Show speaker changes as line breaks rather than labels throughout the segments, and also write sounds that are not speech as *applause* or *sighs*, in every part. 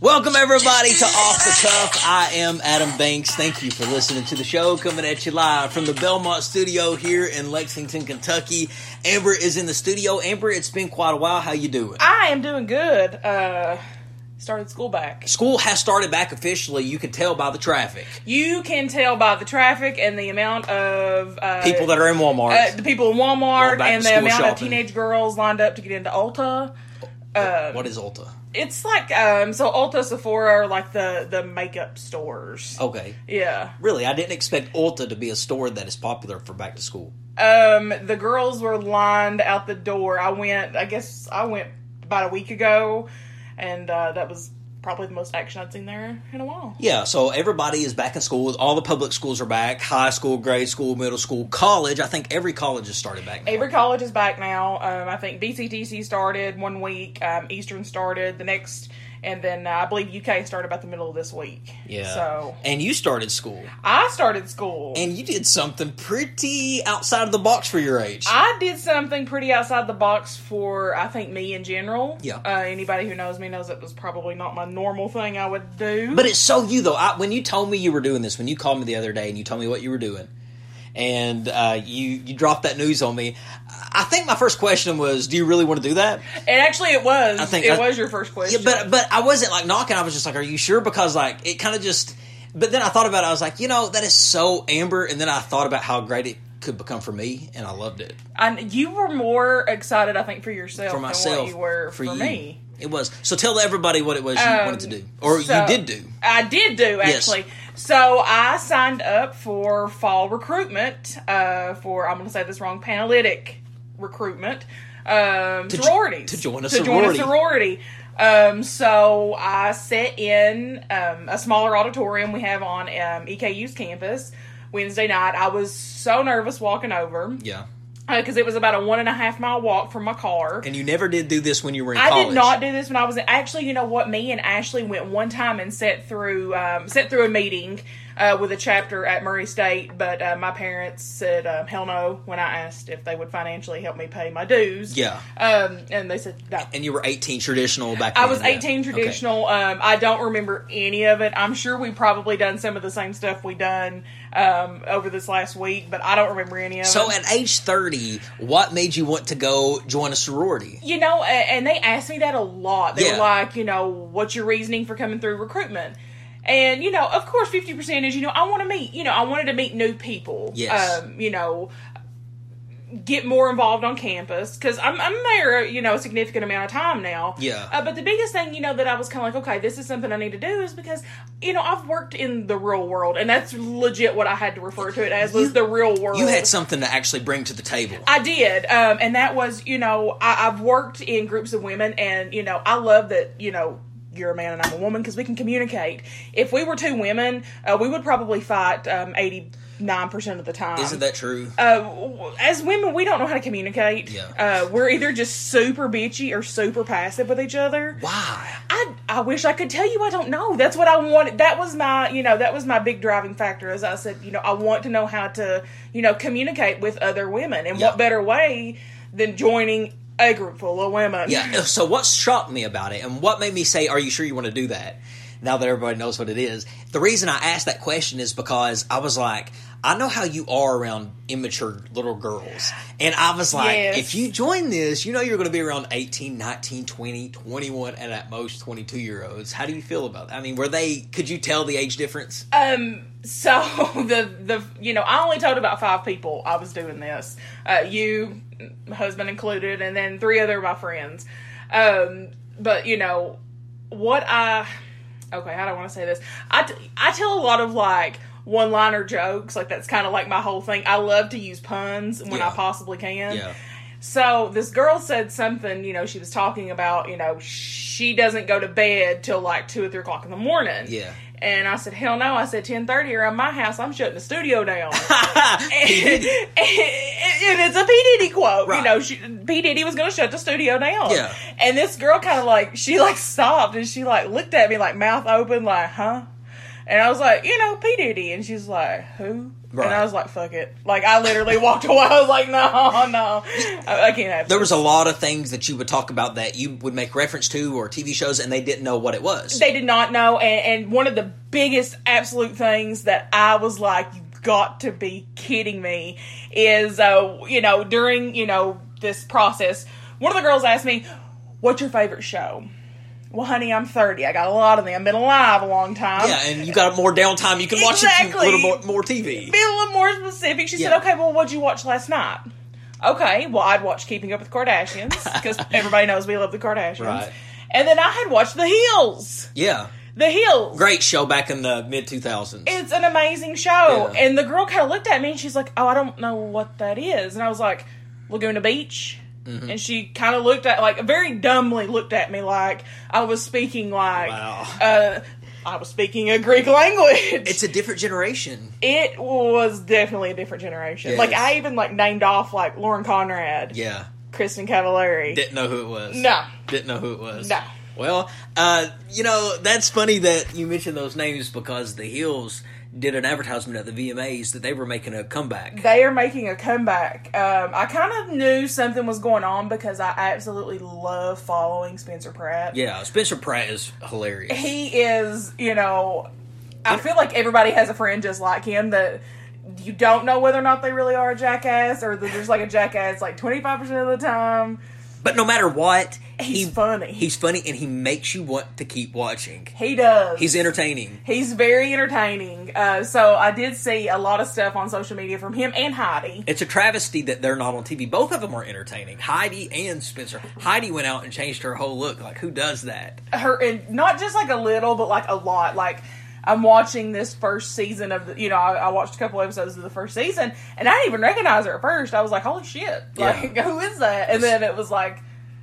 Welcome, everybody, to Off the Cuff. I am Adam Banks. Thank you for listening to the show. Coming at you live from the Belmont studio here in Lexington, Kentucky. Amber is in the studio. Amber, it's been quite a while. How you doing?
I am doing good. Uh, started school back.
School has started back officially. You can tell by the traffic.
You can tell by the traffic and the amount of uh,
People that are in Walmart.
uh, the people in
Going
Walmart
back
and
to
the
school
amount of
shopping.
teenage girls lined up to get into Ulta.
what is Ulta?
It's like um, so Ulta, Sephora are like the the makeup stores.
Okay.
Yeah.
Really, I didn't expect Ulta to be a store that is popular for back to school.
Um, the girls were lined out the door. I went. I guess I went about a week ago, and uh, that was probably the most action I'd seen there in a while.
Yeah, so everybody is back in school. All the public schools are back high school, grade school, middle school, college. I think every college has started back. now.
Avery College is back now. Um, I think BCTC started one week, um, Eastern started the next, and then uh, I believe UK started about the middle of this week.
Yeah.
So
And you started school.
I started school.
And you did something pretty outside of the box for your age.
I did something pretty outside the box for I think me in general.
Yeah.
Uh, anybody who knows me knows it was probably not my normal thing I would do.
but it's so you, though. I, when you told me you were doing this, when you called me the other day and you told me what you were doing, and uh, you, you dropped that news on me, I think my first question was, Do you really want to do that?
and actually, it was. I
think
think it
I-
was your first
Yeah,
question.
but but I wasn't like knocking. I was just like, "Are you sure?" Because like it kind of just. But then I thought about it. I was like, you know, that is so Amber. And then I thought about how great it could become for me, and I loved it
I, you were more excited, I think, for yourself
for
than
myself.
what you were for,
you.
me. Um,
it was. So tell everybody what it was you wanted to do, or
so-
you did do.
I did do
Yes.
actually. So I signed up for fall recruitment uh, for I'm going to say this wrong Panalytic recruitment um,
jo-
sororities
to join a
to join a
sorority.
sorority. Um, so I sat in um, a smaller auditorium we have on um, EKU's campus Wednesday night. I was so nervous walking over
Yeah,
because it was about a one and a half mile walk from my car.
and you never did do this when you were in
I
college.
did not do this when I was in, actually. You know what? Me and Ashley went one time and sat through um, sat through a meeting uh, with a chapter at Murray State, but uh, my parents said um, hell no when I asked if they would financially help me pay my dues.
Yeah,
um, and they said no.
and you were eighteen traditional back.
I
then,
was
yeah.
18
Okay.
traditional. Um, I don't remember any of it. I'm sure we probably done some of the same stuff we done um, over this last week, but I don't remember any of it.
So at age thirty, what made you want to go join a sorority?
you know, a- and they asked me that a lot. They
Yeah.
were like, you know, what's your reasoning for coming through recruitment? And you know, of course, fifty percent is you know I want to meet you know I wanted to meet new people.
Yes.
Um, you know, get more involved on campus because I'm I'm there you know a significant amount of time now.
Yeah.
Uh, but the biggest thing you know that I was kind of like, okay, this is something I need to do is because you know I've worked in the real world and that's legit what I had to refer to it as was
You-
the real world.
You had something to actually bring to the table.
I did, um, and that was, you know, I, I've worked in groups of women, and you know, I love that, you know, you're a man and I'm a woman because we can communicate. If we were two women, uh, we would probably fight um, eighty nine percent of the time.
Isn't that true?
Uh, w- as women, we don't know how to communicate.
Yeah.
Uh, we're either just super bitchy or super passive with each other.
Why?
I, I wish I could tell you I don't know. That's what I wanted. That was my, you know, that was my big driving factor. As I said, you know, I want to know how to, you know, communicate with other women, and
Yeah.
what better way than joining a group full of women?
Yeah. So what shocked me about it, and what made me say, "Are you sure you want to do that?" Now that everybody knows what it is, the reason I asked that question is because I was like, I know how you are around immature little girls. And I was like,
Yes.
if you join this, you know you're going to be around 18, 19, 20, 21, and at most 22 year olds. How do you feel about that? I mean, were they, could you tell the age difference?
So *laughs* the the you know I only told about five people I was doing this. Uh, you, my husband included, and then three other of my friends. Um, but you know what I okay I don't want to say this. I t- I tell a lot of like one liner jokes like that's kind of like my whole thing. I love to use puns when
Yeah.
I possibly can.
yeah.
So this girl said something, you know, she was talking about, you know, she doesn't go to bed till like two or three o'clock in the morning.
Yeah.
And I said, hell no. I said, 1030 around my house, I'm shutting the studio down. and, and it's a P. Diddy quote.
Right.
You know, she, P. Diddy was going to shut the studio down.
Yeah.
And this girl kind of like, she like stopped and she like looked at me like mouth open, like, huh? And I was like, you know, P Diddy, and she's like, who?
Right.
And I was like, fuck it. Like I literally walked *laughs* away. I was like, no, no, I, I can't have.
There was
this.
a lot of things that you would talk about that you would make reference to or TV shows, and they didn't know what it was.
They did not know, and, and one of the biggest absolute things that I was like, you got to be kidding me, is uh, you know during you know this process, one of the girls asked me, "What's your favorite show?" Well, honey, I'm 30. I got a lot of them. I've been alive a long time.
yeah, and you got more downtime. You can watch
Exactly.
a few- little more, more TV.
Be a little more specific. She
Yeah.
said, "Okay, well, what'd you watch last night?" Okay, well, I'd watch Keeping Up with the Kardashians
*laughs*
because everybody knows we love the Kardashians.
Right.
And then I had watched The Hills.
Yeah,
The Hills.
great show back in the mid two thousands.
It's an amazing show.
Yeah.
And the girl kind of looked at me and she's like, "Oh, I don't know what that is." And I was like, "Laguna Beach."
Mm-hmm.
And she kind of looked at like very dumbly looked at me like I was speaking like
Wow.
uh, I was speaking a Greek language.
*laughs* It's a different generation.
it was definitely a different generation.
Yes.
Like I even like named off like Lauren Conrad,
Yeah,
Kristen Cavallari.
didn't know who it was.
No.
didn't know who it was.
No.
Well, uh, you know that's funny that you mentioned those names because the Hills did an advertisement at the VMAs that they were making a comeback.
they are making a comeback. Um, I kind of knew something was going on because I absolutely love following Spencer Pratt.
Yeah, Spencer Pratt is hilarious.
he is, you know, I feel like everybody has a friend just like him that you don't know whether or not they really are a jackass or that there's like a jackass like 25% of the time.
But no matter what,
He's
he,
funny.
He's funny, and he makes you want to keep watching.
He does.
He's entertaining.
He's very entertaining. Uh, so I did see a lot of stuff on social media from him and Heidi.
It's a travesty that they're not on TV. Both of them are entertaining. Heidi and Spencer. Heidi went out and changed her whole look. Like, who does that?
Her and not just like a little, but like a lot. Like I'm watching this first season of the, you know I, I watched a couple episodes of the first season and I didn't even recognize her at first. I was like, holy shit, like *laughs* who is that? And then it was like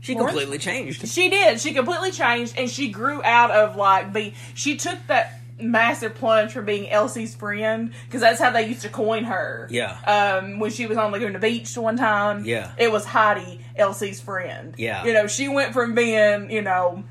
She
Lauren?
completely changed.
She did. She completely changed, and she grew out of like the. She took that massive plunge from being Elsie's friend because that's how they used to coin her.
Yeah.
Um, when she was on Laguna Beach one time.
Yeah.
It was Heidi, Elsie's friend.
Yeah.
You know, she went from being you know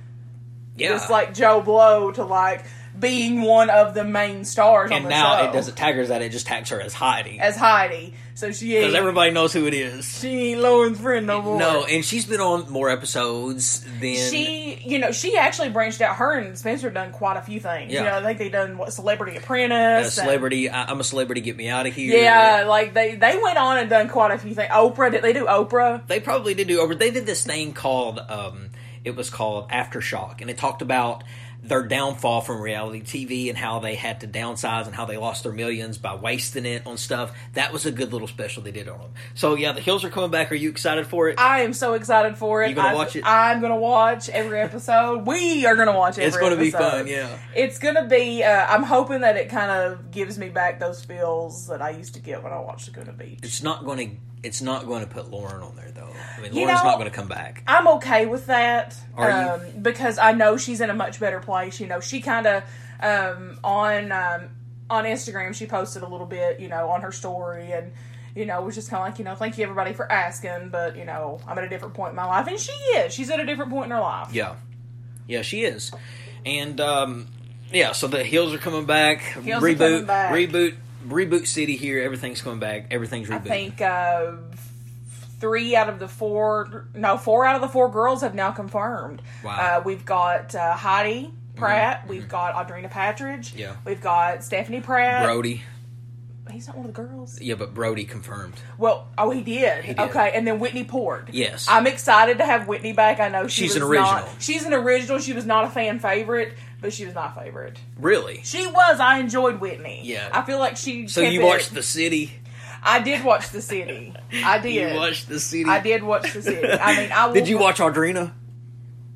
Yeah.
just like Joe Blow to like being one of the main stars. on
and
the
now
show
it doesn't tag her as that. It just tags her as Heidi.
as Heidi. So she
Because
ain't
everybody knows who it is.
she ain't Lauren's friend no more.
No, and she's been on more episodes than.
she you know she actually branched out her and spencer done quite a few things
Yeah.
you know i think they done what celebrity
a
apprentice and-
celebrity. I, I'm a celebrity. Get me out of here.
yeah like they they went on and done quite a few things oprah did they do oprah
they probably did do over they did this thing called um it was called aftershock and it talked about their downfall from reality tv and how they had to downsize and how they lost their millions by wasting it on stuff that was a good little special they did on them so yeah the hills are coming back are you excited for it
i am so excited for it
You gonna
I-
watch it?
i'm gonna watch every episode we are gonna watch every
it's gonna be
episode.
fun yeah
it's gonna be uh, i'm hoping that it kind of gives me back those feels that i used to get when i watched laguna beach
it's not gonna it's not gonna put lauren on there though i mean
You
lauren's
know-
not gonna come back
I'm okay with that.
Are you?
um, Because I know she's in a much better place. You know, she kind of um, on um, on Instagram she posted a little bit, you know, on her story and. You know, was just kind of like, you know, thank you everybody for asking, but you know, I'm at a different point in my life, and she is. She's at a different point in her life.
yeah yeah she is and um yeah so the hills are coming back
Hills are
reboot
coming back.
reboot reboot city here everything's coming back everything's
I
rebooted
think uh, three out of the four, no, four out of the four girls have now confirmed.
Wow. Mm-hmm.
Uh, we've got uh, Heidi Pratt, we've got Audrina Patridge,
Yeah.
we've got Stephanie Pratt.
Brody.
He's not one of the girls.
Yeah, but Brody confirmed.
Well, oh, he did.
did.
Okay, and then Whitney Port.
Yes.
I'm excited to have Whitney back. I know she
She's
was
an original.
Not, she's an original. She was not a fan favorite, but she was my favorite.
Really?
She was. I enjoyed Whitney.
Yeah.
I feel like she.
So
kept
you
it-
watched The City?
I did watch
*laughs*
The City. I did.
You watched The City?
I did watch The City. I
*laughs*
mean, I
Did you
will-
watch Audrina?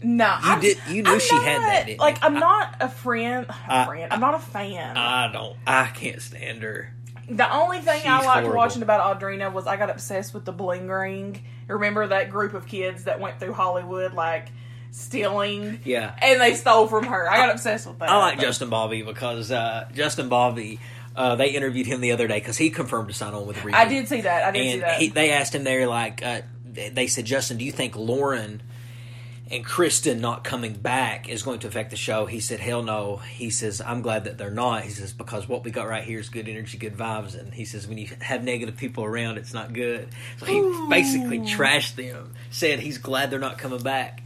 No, I
did- you knew
I'm
she had that,
not-
didn't
like,
you?
I'm not a friend.
I-
A friend. I'm not a fan.
I don't. I can't stand her.
The only thing I
She's
liked
horrible.
watching about Audrina was I got obsessed with the bling ring. Remember that group of kids that went through Hollywood like stealing?
Yeah.
And they stole from her. I got obsessed with that.
I like Justin Bobby because uh, Justin Bobby, uh, they interviewed him the other day because he confirmed to sign on with Reboot.
I did see that. I did see
And
that.
he, they asked him there, like, uh, they they said, Justin, do you think Lauren and Kristen not coming back is going to affect the show. He said, Hell no. He says, I'm glad that they're not. He says, Because what we got right here is good energy, good vibes. And he says, When you have negative people around, it's not good. So he basically trashed them, said he's glad they're not coming back.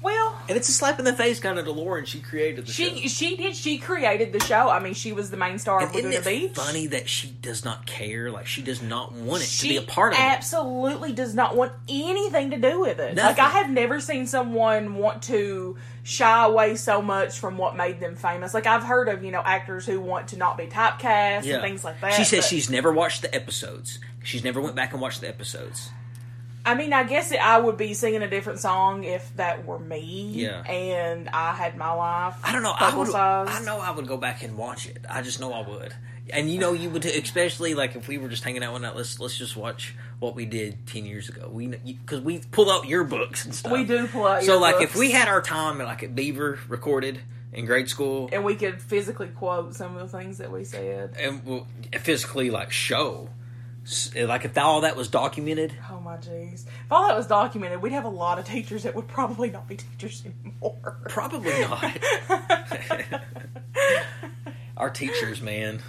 Well,
And it's a slap in the face, kind of to Lauren. She created the show.
she she did she created the show. I mean, she was the main star of
And isn't
Laguna
it
Beach.
funny that she does not care? Like, she does not want it to
she
be a part of it.
absolutely does not want anything to do with it. Like
Nothing.
I have never seen someone want to shy away so much from what made them famous. Like I've heard of you know actors who want to not be typecast and things like that.
She says
but-
she's never watched the episodes. She's never went back and watched the episodes.
I mean, I guess it, I would be singing a different song if that were me.
Yeah.
And I had my life.
I don't know. I would.
publicized.
I know I would go back and watch it. I just know I would. And you know you would, too, especially like if we were just hanging out one night. Let's let's just watch what we did ten years ago. We because we pull out your books and stuff.
We do pull out
So
your
like if
books.
we had our time like at Beaver recorded in grade school
And we could physically quote some of the things that we said.
and we'll physically like show s- like if all that was documented.
Oh my jeez. If all that was documented, we'd have a lot of teachers that would probably not be teachers anymore. *laughs*
Probably not. our teachers, man.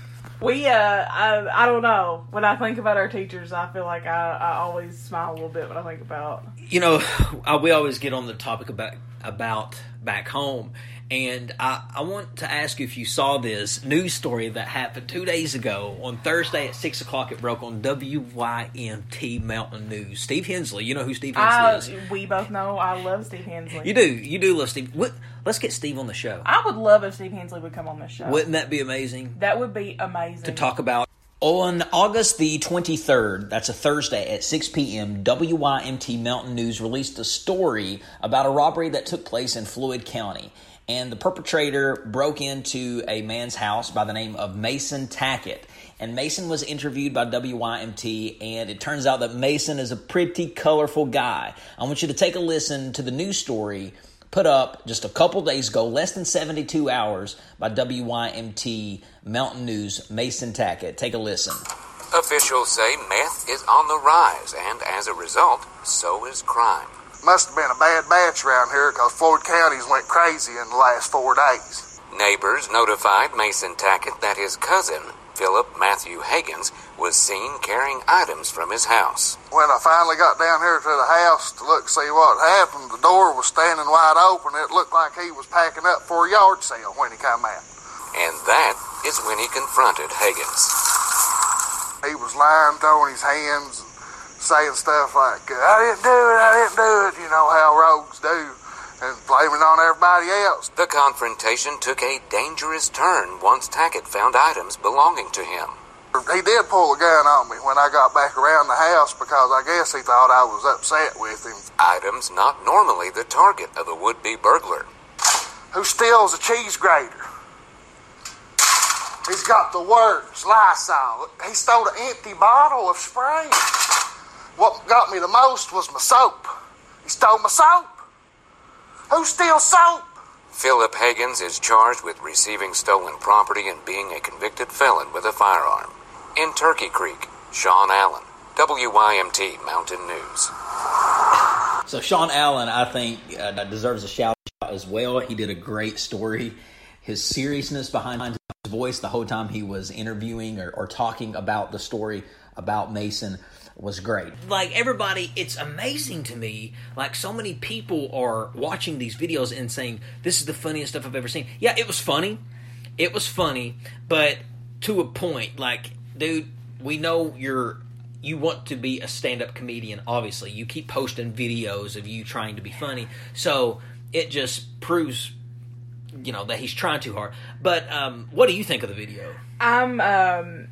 We, uh, I, I don't know. When I think about our teachers, I feel like I, I always smile a little bit when I think about.
you know, I, we always get on the topic about about back home, and I, I want to ask you if you saw this news story that happened two days ago on Thursday at six o'clock. It broke on WYMT Mountain News. Steve Hensley, you know who Steve Hensley
I,
is.
we both know I love Steve Hensley.
You do, you do love Steve. What, let's get Steve on the show.
I would love if Steve Hensley would come on this show.
Wouldn't that be amazing?
That would be amazing.
to talk about. On August the 23rd, that's a Thursday at 6 p.m., WYMT Mountain News released a story about a robbery that took place in Floyd County. And the perpetrator broke into a man's house by the name of Mason Tackett. And Mason was interviewed by WYMT, and it turns out that Mason is a pretty colorful guy. I want you to take a listen to the news story put up just a couple days ago, less than 72 hours, by WYMT Mountain News Mason Tackett. Take a listen.
Officials say meth is on the rise, and as a result, so is crime.
Must have been a bad batch around here because Floyd County's went crazy in the last four days.
Neighbors notified Mason Tackett that his cousin, Philip Matthew Higgins, was seen carrying items from his house.
When I finally got down here to the house to look see what happened, the door was standing wide open. It looked like he was packing up for a yard sale when he come out.
And that is when he confronted Higgins.
He was lying, throwing his hands, and saying stuff like, "I didn't do it, I didn't do it." You know how rogues do, and blaming on everybody else.
The confrontation took a dangerous turn once Tackett found items belonging to him.
He did pull a gun on me when I got back around the house because I guess he thought I was upset with him.
Items not normally the target of a would be burglar.
who steals a cheese grater. He's got the words Lysol. He stole an empty bottle of spray. What got me the most was my soap. He stole my soap. Who steals soap?
Philip Higgins is charged with receiving stolen property and being a convicted felon with a firearm. In Turkey Creek, Sean Allen, WYMT Mountain News.
So, Sean Allen, I think, uh, that deserves a shout out as well. He did a great story. His seriousness behind his voice the whole time he was interviewing or, or talking about the story about Mason was great. Like, everybody, it's amazing to me. Like, so many people are watching these videos and saying, This is the funniest stuff I've ever seen. Yeah, it was funny. it was funny, but to a point, like, dude, we know you're you want to be a stand-up comedian obviously you keep posting videos of you trying to be funny so it just proves you know that he's trying too hard but um, what do you think of the video
I'm um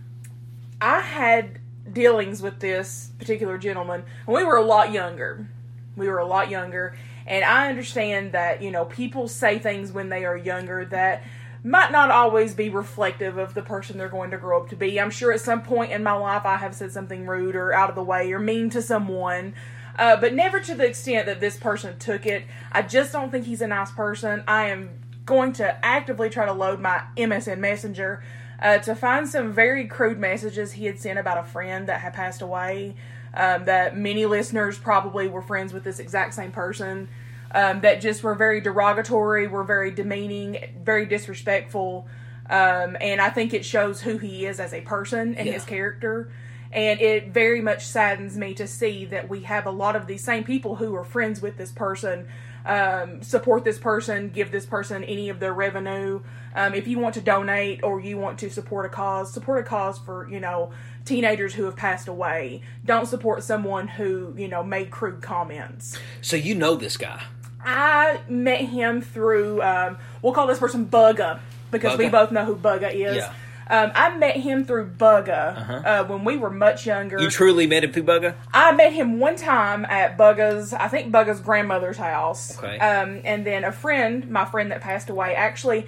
I had dealings with this particular gentleman and we were a lot younger. We were a lot younger and I understand that, you know, people say things when they are younger that might not always be reflective of the person they're going to grow up to be. I'm sure at some point in my life I have said something rude or out of the way or mean to someone. Uh, but never to the extent that this person took it. I just don't think he's a nice person. I am going to actively try to load my MSN Messenger uh, to find some very crude messages he had sent about a friend that had passed away. Um, that many listeners probably were friends with this exact same person. um, that just were very derogatory, were very demeaning, very disrespectful. Um, and I think it shows who he is as a person and his
Yeah.
character. And it very much saddens me to see that we have a lot of these same people who are friends with this person, um, support this person, give this person any of their revenue. Um, if you want to donate or you want to support a cause, support a cause for, you know, teenagers who have passed away. Don't support someone who, you know, made crude comments.
So you know this guy.
I met him through, um, we'll call this person Bugga because we
Bugga.
both know who Bugga is.
Yeah. Uh-huh.
Um, I met him through Bugga uh, when we were much younger.
You truly met him, Pubaga?
I met him one time at Bugga's, I think Bugga's grandmother's house.
Okay.
Um, and then a friend, my friend that passed away, actually.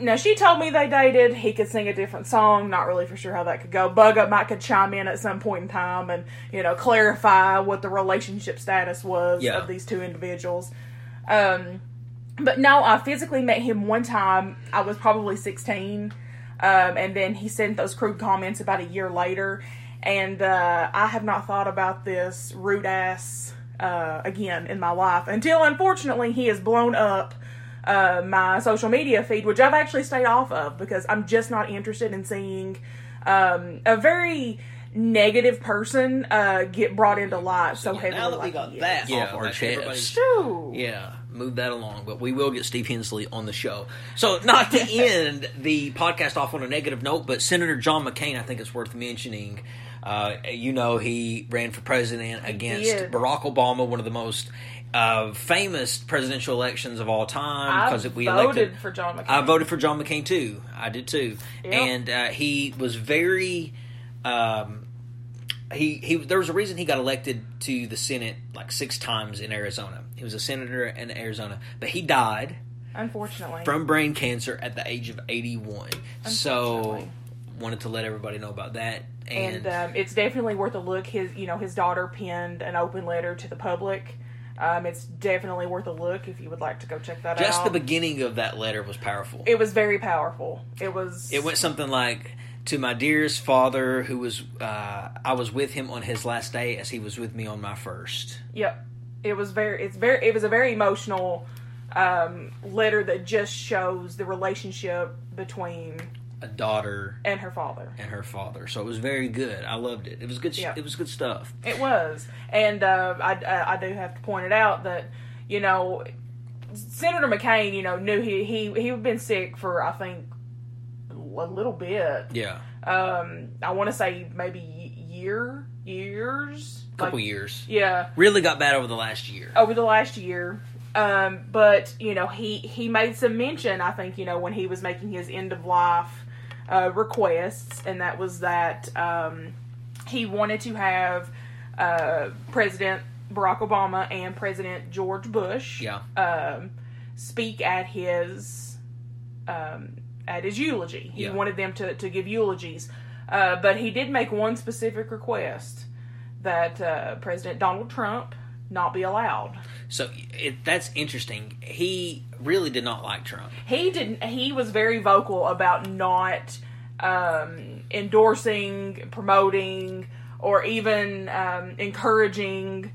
Now she told me they dated. He could sing a different song. Not really for sure how that could go. Bugga might could chime in at some point in time and you know clarify what the relationship status was
Yeah.
of these two individuals. Um, but no, I physically met him one time. I was probably 16. Um, and then he sent those crude comments about a year later. And uh, I have not thought about this rude ass uh, again in my life until unfortunately he has blown up uh, my social media feed, which I've actually stayed off of because I'm just not interested in seeing um, a very negative person uh, get brought into light so, heavily.
Now that we
like
got
he is.
that
Yeah,
off our
like everybody's-
chest,
Shoo.
Yeah, move that along. But we will get Steve Hensley on the show. So, not
*laughs*
to end the podcast off on a negative note, but Senator John McCain, I think it's worth mentioning. Uh, you know, he ran for president against
did.
Barack Obama, one of the most uh, famous presidential elections of all time.
I
Because we
voted
elected
for John McCain.
I voted for John McCain too. I did too,
Yep.
and uh, he was very. Um, he, he there was a reason he got elected to the Senate like six times in Arizona. He was a senator in Arizona, but he died
Unfortunately.
from brain cancer at the age of 81. So
Unfortunately.
wanted to let everybody know about that and,
and um, it's definitely worth a look. His, you know, his daughter penned an open letter to the public. Um, it's definitely worth a look if you would like to go check that
just
out.
the beginning of that letter was powerful.
It was very powerful. It was.
It went something like to my dearest father who was uh, I was with him on his last day as he was with me on my first.
Yep. It was very. It's very. It was a very emotional um, letter that just shows the relationship between
A daughter
and her father.
and her father. So it was very good. I loved it. It was good. sh
Yeah.
It was good stuff.
It was, and uh, I, I I do have to point it out that you know Senator McCain, you know, knew he he he had been sick for I think a little bit.
Yeah,
Um, I want to say maybe y- year years,
a couple
Like,
years.
yeah,
Really got bad over the last year.
over the last year. Um, but you know, he he made some mention. I think you know when he was making his end of life uh, requests, and that was that um, he wanted to have uh, President Barack Obama and President George Bush
Yeah,
um, speak at his um, at his eulogy. He
Yeah.
wanted them to, to give eulogies, uh, but he did make one specific request that uh, President Donald Trump not be allowed.
so it, that's interesting. He really did not like Trump.
He didn't. He was very vocal about not um, endorsing, promoting, or even um, encouraging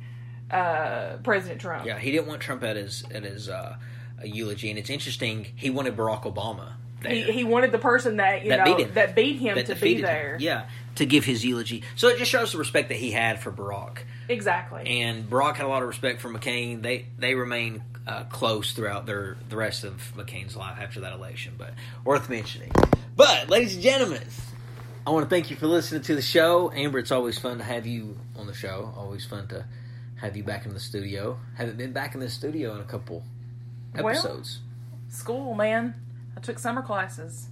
uh, President Trump.
Yeah, he didn't want Trump at his at his uh, eulogy. And it's interesting. He wanted Barack Obama there.
He, he wanted the person that you
That
know
beat him.
that beat him
that
to be
defeated him.
there.
Yeah, to give his eulogy. So it just shows the respect that he had for Barack.
Exactly.
And Barack had a lot of respect for McCain. They they remain uh, close throughout their the rest of McCain's life after that election, but worth mentioning. But ladies and gentlemen, I want to thank you for listening to the show, Amber. It's always fun to have you on the show. Always fun to have you back in the studio. Haven't been back in the studio in a couple
Well-
episodes,
school, man. I took summer classes.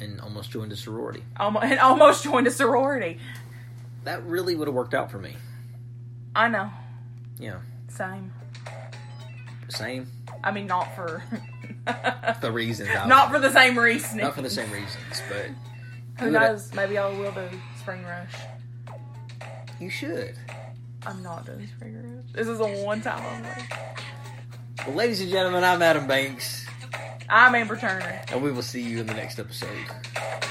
and almost joined a sorority.
Almost, *laughs* and almost joined a sorority.
That really would have worked out for me.
I know.
Yeah,
Same. *laughs*
same.
I mean, not for *laughs*
The reasons, I
not for the same reason.
not for the same reasons, but
Who knows? Maybe I will do spring rush.
you should.
I'm not *sighs* doing spring rush. This is a one time only.
Well, ladies and gentlemen, I'm Adam Banks.
I'm Amber Turner.
and we will see you in the next episode.